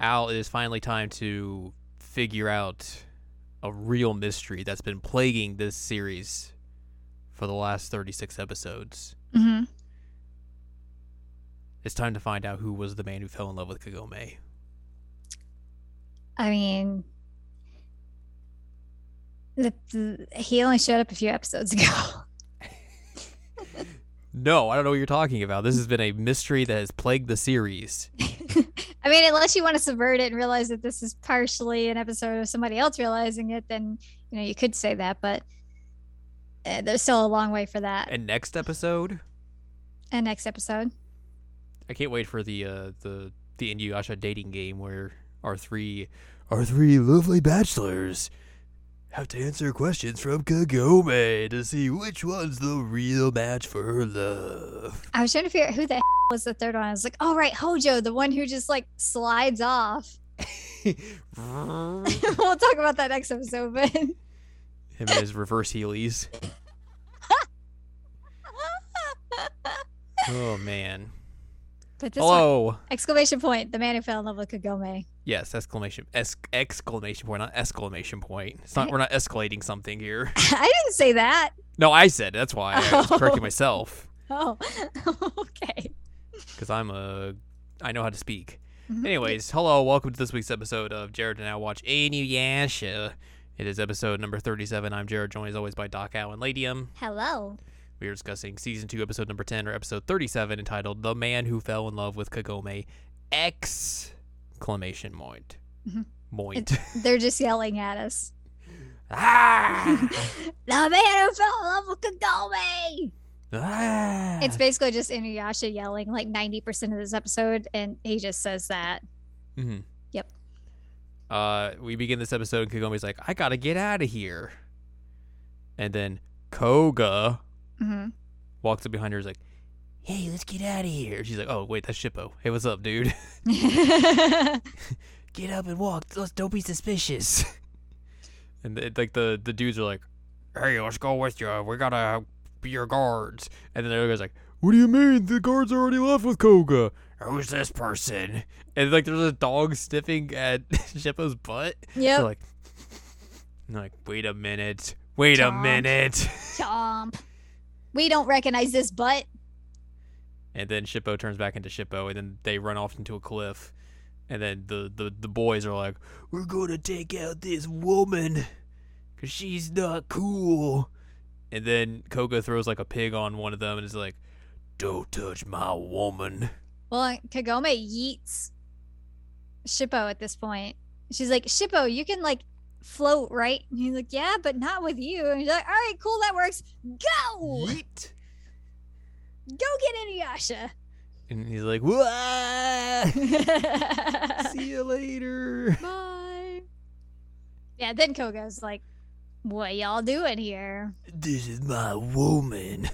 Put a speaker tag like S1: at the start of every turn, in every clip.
S1: Al, it is finally time to figure out a real mystery that's been plaguing this series for the last 36 episodes.
S2: Mm-hmm.
S1: It's time to find out who was the man who fell in love with Kagome.
S2: I mean, the, the, he only showed up a few episodes ago.
S1: No, I don't know what you're talking about. This has been a mystery that has plagued the series.
S2: I mean, unless you want to subvert it and realize that this is partially an episode of somebody else realizing it, then you know you could say that. But uh, there's still a long way for that.
S1: And next episode,
S2: And next episode,
S1: I can't wait for the uh, the the Inuyasha dating game where our three our three lovely bachelors have to answer questions from Kagome to see which one's the real match for her love.
S2: I was trying to figure out who the was the third one. I was like, oh right, Hojo, the one who just like slides off.
S1: Him
S2: we'll talk about that next episode, but
S1: and his reverse heelys. Oh man!
S2: but this one,
S1: Hello.
S2: exclamation point! The man who fell in love with Kagome.
S1: Yes, exclamation es- exclamation point, not exclamation point. It's not we're not escalating something here.
S2: I didn't say that.
S1: No, I said it. that's why I was correcting
S2: Oh.
S1: myself
S2: Oh, okay.
S1: because I'm a I know how to speak.
S2: Mhm.
S1: Anyways, hello, welcome to this week's episode of Jared and I watch Inuyasha. Uh, It is episode number 37. I'm Jared, joined as always by Doc Al and Ladium.
S2: Hello.
S1: We are discussing season 2 episode number 10 or episode 37 entitled The Man Who Fell in Love with Kagome exclamation point.
S2: Mhm.
S1: Moint.
S2: They're just yelling at us.
S1: ah!
S2: The man who fell in love with Kagome.
S1: ah!
S2: It's basically just Inuyasha yelling like 90% of this episode, and he just says that.
S1: Mm-hmm.
S2: Yep.
S1: Uh, we begin this episode, and Kagome's like, "I gotta get out of here," and then Koga
S2: hmm
S1: walks up behind her, is like, "Hey, let's get out of here." She's like, "Oh, wait, that's Shippo. Hey, what's up, dude? get up and walk. Let's don't be suspicious." and the, like the the dudes are like, "Hey, let's go with you. We gotta be your guards." And then the other guy's like, "What do you mean? The guards already left with Koga." Who's this person? And like, there's a dog sniffing at Shippo's butt.
S2: yep.
S1: They're like, and they're like, wait a minute, wait a
S2: Tom.
S1: minute.
S2: Chomp. We don't recognize this butt.
S1: And then Shippo turns back into Shippo, and then they run off into a cliff. And then the, the, the boys are like, we're going to take out this woman because she's not cool. And then Koga throws like a pig on one of them and is like, don't touch my woman.
S2: Well, uh, Kagome yeets Shippo at this point. She's like, Shippo, you can like float, right? And he's like, Yeah, but not with you. And he's like, All right, cool, that works. Go!
S1: Yeet.
S2: Go get
S1: And he's like, "Wah,
S2: Inuyasha.
S1: see you later.
S2: Bye. Yeah, then Koga's like, What y'all doing here?
S1: This is my woman.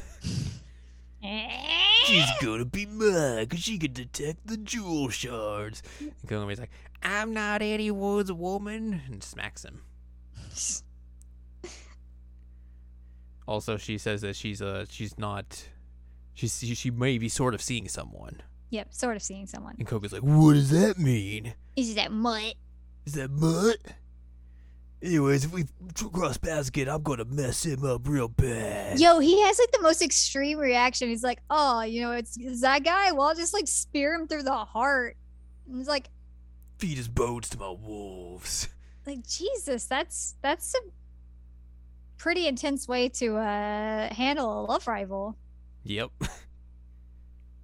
S1: She's gonna be mad 'cause she can detect the jewel shards. And Kogumi's like, I'm not anyone's woman, and smacks him. Also, she says that she's uh she's not, she's she, she may be sort of seeing someone.
S2: yep, sort of seeing someone.
S1: And Kogumi's like, What does that mean?
S2: Is that mutt?
S1: Is that mud? Anyways, if we tr- cross paths again, I'm gonna mess him up real bad.
S2: Yo, he has like the most extreme reaction. He's like, oh, you know, it's, it's that guy. Well, I'll just like spear him through the heart. And he's like,
S1: Feed his bones to my wolves.
S2: like Jesus, that's that's a pretty intense way to uh handle a love rival.
S1: Yep.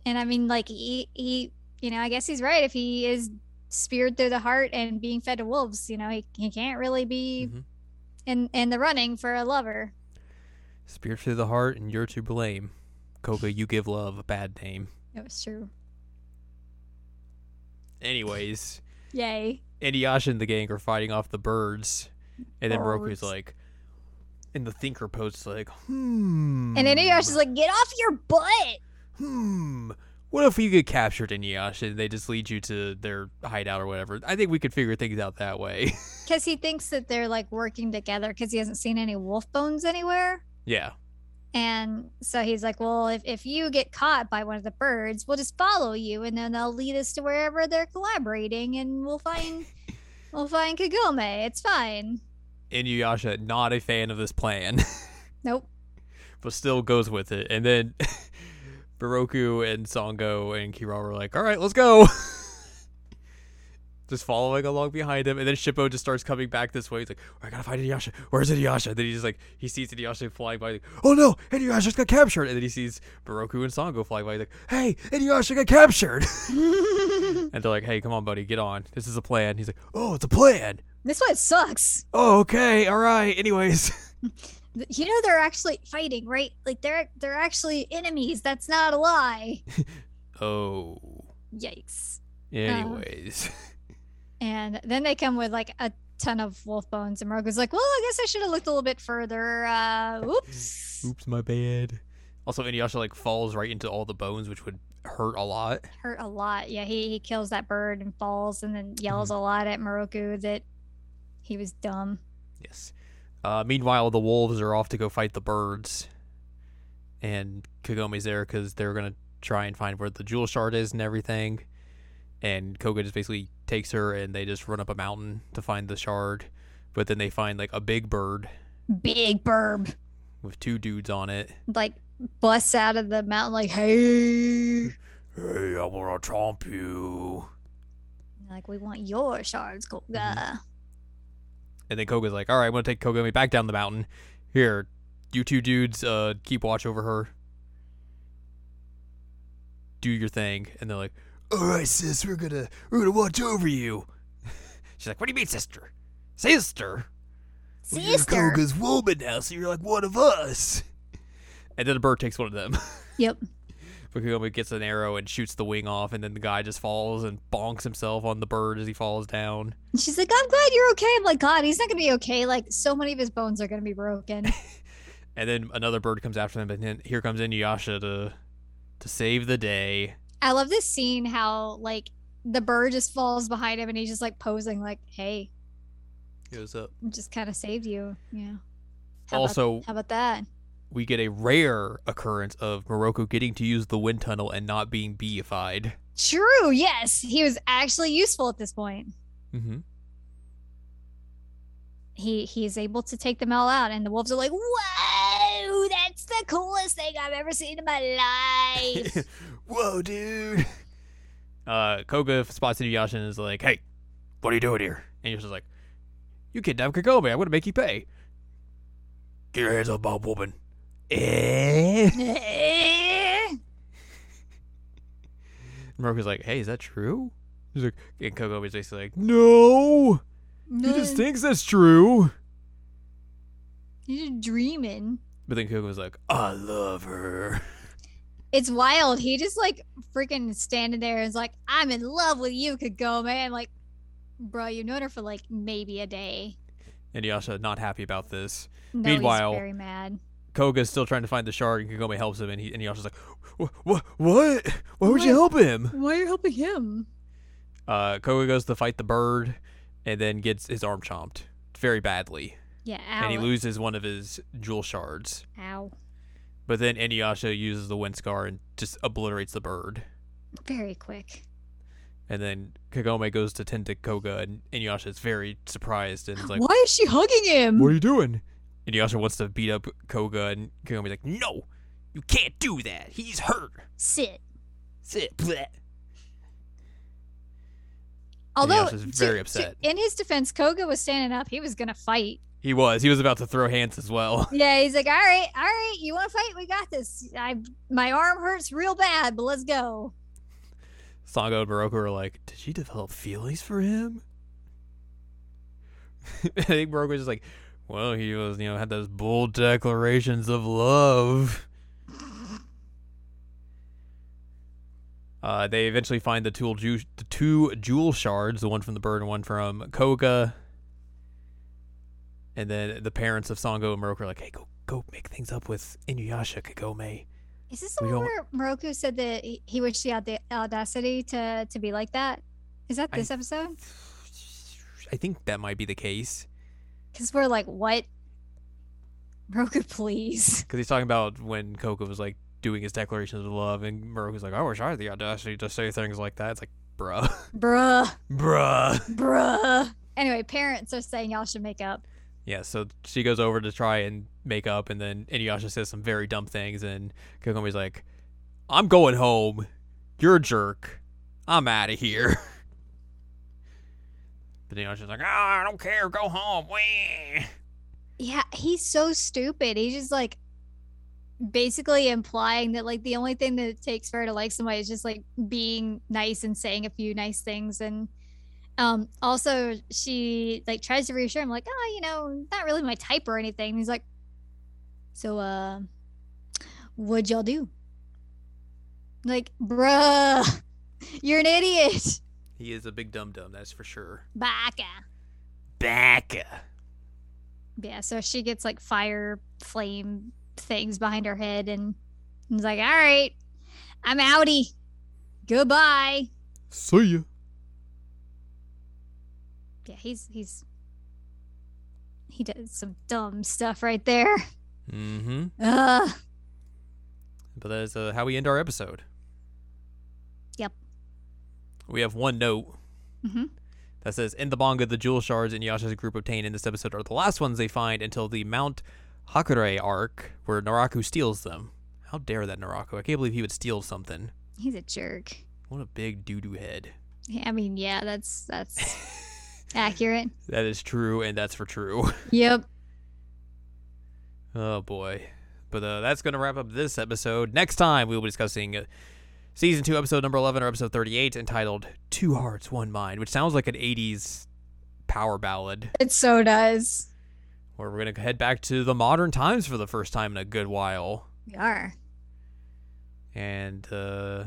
S2: And I mean, like he, he you know, I guess he's right. If he is speared through the heart and being fed to wolves, you know, he, he can't really be
S1: Mhm.
S2: in in the running for a lover.
S1: Spear through the heart, and you're to blame. Koga, you give love a bad name.
S2: It was true.
S1: Anyways,
S2: Yay.
S1: Inuyasha and the gang are fighting off the birds, and then Roku's
S2: Birds.
S1: like, in the thinker pose, like, hmm.
S2: And then Inuyasha's like, get off your butt.
S1: hmm. What if you get captured, Inuyasha, and they just lead you to their hideout or whatever? I think we could figure things out that way.
S2: Because he thinks that they're like working together because he hasn't seen any wolf bones anywhere.
S1: yeah.
S2: And so he's like, Well, if, if you get caught by one of the birds, we'll just follow you and then they'll lead us to wherever they're collaborating and we'll find we'll find Kagome. It's fine.
S1: Inuyasha, not a fan of this plan,
S2: Nope.
S1: but still goes with it. And then Baroku and Sango and Kirara were like, all right, let's go. just following along behind him. And then Shippo just starts coming back this way. He's like, I gotta find Inuyasha. Where's Inuyasha? Then he just like, he sees Inuyasha flying by. Like, oh no, Inuyasha's got captured. And then he sees Baroku and Sango flying by. He's like, hey, Inuyasha got captured. and they're like, hey, come on, buddy, get on. This is a plan. He's like, oh, it's a plan.
S2: this one sucks.
S1: Oh, okay. All right. Anyways.
S2: Th- You know they're actually fighting, right? Like they're they're actually enemies. That's not a lie.
S1: Oh.
S2: Yikes.
S1: Anyways.
S2: And then they come with like a ton of wolf bones, and Moroku's like, "Well, I guess I should have looked a little bit further." Uh, oops,
S1: Oops, my bad. Also, Inuyasha like falls right into all the bones, which would hurt a lot.
S2: hurt a lot. Yeah, he he kills that bird and falls, and then yells
S1: Mm-hmm.
S2: a lot at Moroku that he was dumb.
S1: Yes. Uh, meanwhile, the wolves are off to go fight the birds, and Kagome's there because they're gonna try and find where the jewel shard is and everything. And Koga just basically takes her, and they just run up a mountain to find the shard. But then they find like a big bird
S2: Big burb
S1: with two dudes on it.
S2: like busts out of the mountain, like, "Hey!"
S1: Hey, I wanna tromp you.
S2: Like, we want your shards,
S1: Mm-hmm.
S2: Koga.
S1: And then Koga's like, all right, I'm going to take Kogami back down the mountain. Here, you two dudes, uh, keep watch over her. Do your thing. And they're like, all right, sis, we're going to we're gonna watch over you. She's like, what do you mean, sister? Sister? Well, you're
S2: Sister.
S1: Koga's woman now, so you're like one of us. And then a bird takes one of them.
S2: Yep.
S1: But Kagome gets an arrow and shoots the wing off, and then the guy just falls and bonks himself on the bird as he falls down.
S2: And she's like, "I'm glad you're okay." I'm like, "God, he's not gonna be okay. Like, so many of his bones are gonna be broken."
S1: and then another bird comes after them, and then here comes Inuyasha to to save the day.
S2: I love this scene how like the bird just falls behind him and he's just like posing like, "Hey,
S1: Goes up.
S2: we just kind of saved you." Yeah. How about-
S1: Also,
S2: how about that?
S1: we get a rare occurrence of Morocco getting to use the wind tunnel and not being beified.
S2: True. Yes, he was actually useful at this point.
S1: Mm-hmm.
S2: He he's able to take them all out, and the wolves are like, "Whoa, that's the coolest thing I've ever seen in my life."
S1: Whoa, dude! Uh, Koga spots Inuyasha and is like, "Hey, what are you doing here?" And Inuyasha's like, "You kidnapped Kagome. I'm gonna make you pay." Get your hands off my woman. Eh?
S2: Eh.
S1: Moroku's like, "Hey, is that true?" He's like, and Kogome's basically like, "No." He
S2: Mm,
S1: just thinks that's true.
S2: You're just dreaming.
S1: But then Kuga was like, I love her.
S2: It's wild. He just like freaking standing there and is like, I'm in love with you, Kagome. I'm like, bro, you've known her for like maybe a day.
S1: And Yasha not happy about this.
S2: No,
S1: Meanwhile-
S2: he's very mad.
S1: Koga's still trying to find the shard and Kagome helps him and he and Yasha's like, What what what? Why would you help him?
S2: Why are you helping him?
S1: Uh Koga goes to fight the bird and then gets his arm chomped very badly.
S2: Yeah, ow.
S1: And he loses one of his jewel shards.
S2: ow.
S1: But then Inuyasha uses the wind scar and just obliterates the bird.
S2: Very quick.
S1: And then Kagome goes to tend to Koga and Inuyasha is very surprised and is like,
S2: Why is she hugging him?
S1: are you doing? And he also wants to beat up Koga, and Kagome's like, No, you can't do that. He's hurt.
S2: Sit.
S1: Sit, bleh."
S2: Although,
S1: Yasha's
S2: to-
S1: very
S2: to-
S1: upset.
S2: in his defense, Koga was standing up. He was going to fight.
S1: He was. He was about to throw hands as well.
S2: Yeah, he's like, all right, all right, you want to fight? We got this. I My arm hurts real bad, but let's go.
S1: Sango and Baroko are like, Did she develop feelings for him? I think Baroko's just like, Well, he was, you know, had those bold declarations of love. Uh, they eventually find the, tool ju- the two jewel shards, the one from the bird and one from Koga. And then the parents of Sango and Moroku are like, hey, go go make things up with Inuyasha Kagome.
S2: Is this the
S1: We
S2: one
S1: all-
S2: where Moroku said that he he wished he had the audacity to to be like that? Is that
S1: I-
S2: this episode?
S1: I think that might be the case.
S2: Because we're like, what? Roku, please.
S1: Because he's talking about when Coco was like doing his declarations of love, and Moroku's like, I wish I had the audacity to say things like that. It's like, bruh,
S2: Bruh.
S1: bruh.
S2: Bruh. Anyway, parents are saying y'all should make up.
S1: Yeah, so she goes over to try and make up, and then Inuyasha says some very dumb things, and Kokomi's like, I'm going home. You're a jerk. I'm out of here. But Inuyasha's like, ah, I don't care. Go home. Wah."
S2: Yeah, he's so stupid. He's just like basically implying that like the only thing that it takes for her to like somebody is just like being nice and saying a few nice things and um also she like tries to reassure him like oh you know not really my type or anything he's like so uh what'd y'all do like bruh you're an idiot
S1: He is a big dum dum, that's for sure.
S2: baka
S1: Becca.
S2: Yeah, so she gets like fire flame things behind her head and is like, all right, I'm outie. Goodbye.
S1: See ya.
S2: Yeah, he's he's he does some dumb stuff right there.
S1: Mm hmm.
S2: Ugh.
S1: But that is uh, how we end our episode.
S2: Yep.
S1: We have one note
S2: Mhm.
S1: that says In the manga, the jewel shards Inuyasha's group obtain in this episode are the last ones they find until the Mount Hakure arc, where Naraku steals them. How dare that Naraku? I can't believe he would steal something.
S2: He's a jerk.
S1: What a big doo doo head.
S2: Yeah, I mean, yeah, that's that's accurate.
S1: That is true, and that's for true.
S2: Yep.
S1: Oh boy. But uh, that's going to wrap up this episode. Next time, we will be discussing uh, season 2, episode number 11, or episode 38, entitled Two Hearts, One Mind, which sounds like an 80s power ballad,
S2: It so does.
S1: where we're going to head back to the modern times for the first time in a good while.
S2: We are.
S1: And uh,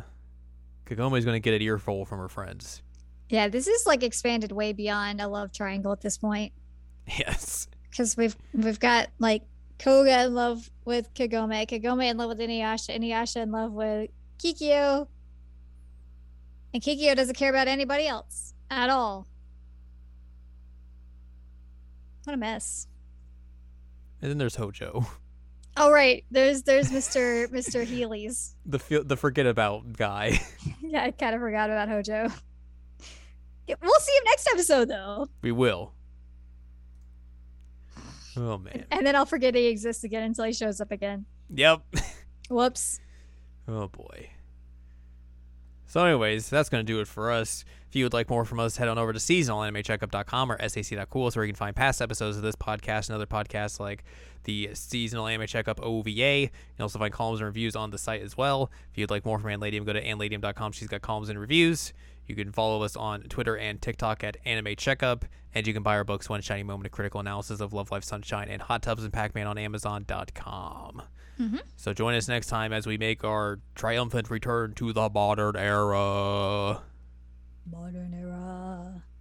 S1: Kagome is going to get an earful from her friends.
S2: Yeah, this is like expanded way beyond a love triangle at this point.
S1: Yes.
S2: because we've we've got like Koga in love with Kagome, Kagome in love with Inuyasha, Inuyasha in love with Kikyo, and Kikyo doesn't care about anybody else at all. What a mess!
S1: And then there's Hojo,
S2: Oh right, there's there's Mister Mister Healy's.
S1: the, feel the forget about guy.
S2: Yeah, I kind of forgot about Hojo. Yeah, We'll see him next episode though,
S1: we will. Oh, man.
S2: and then I'll forget he exists again until he shows up again.
S1: Yep.
S2: Whoops.
S1: Oh boy. So, anyways, that's going to do it for us. If you would like more from us, head on over to seasonalanimecheckup.com or sac.cool so where you can find past episodes of this podcast and other podcasts like the Seasonal Anime Checkup OVA. You can also find columns and reviews on the site as well. If you'd like more from Anladium, go to anladium.com. She's got columns and reviews. You can follow us on Twitter and TikTok at Anime Checkup, and you can buy our books, One Shiny Moment, A Critical Analysis of Love, Life, Sunshine, and Hot Tubs and Pac-Man on Amazon.com. So join us next time as we make our triumphant return to the modern era.
S2: Modern era.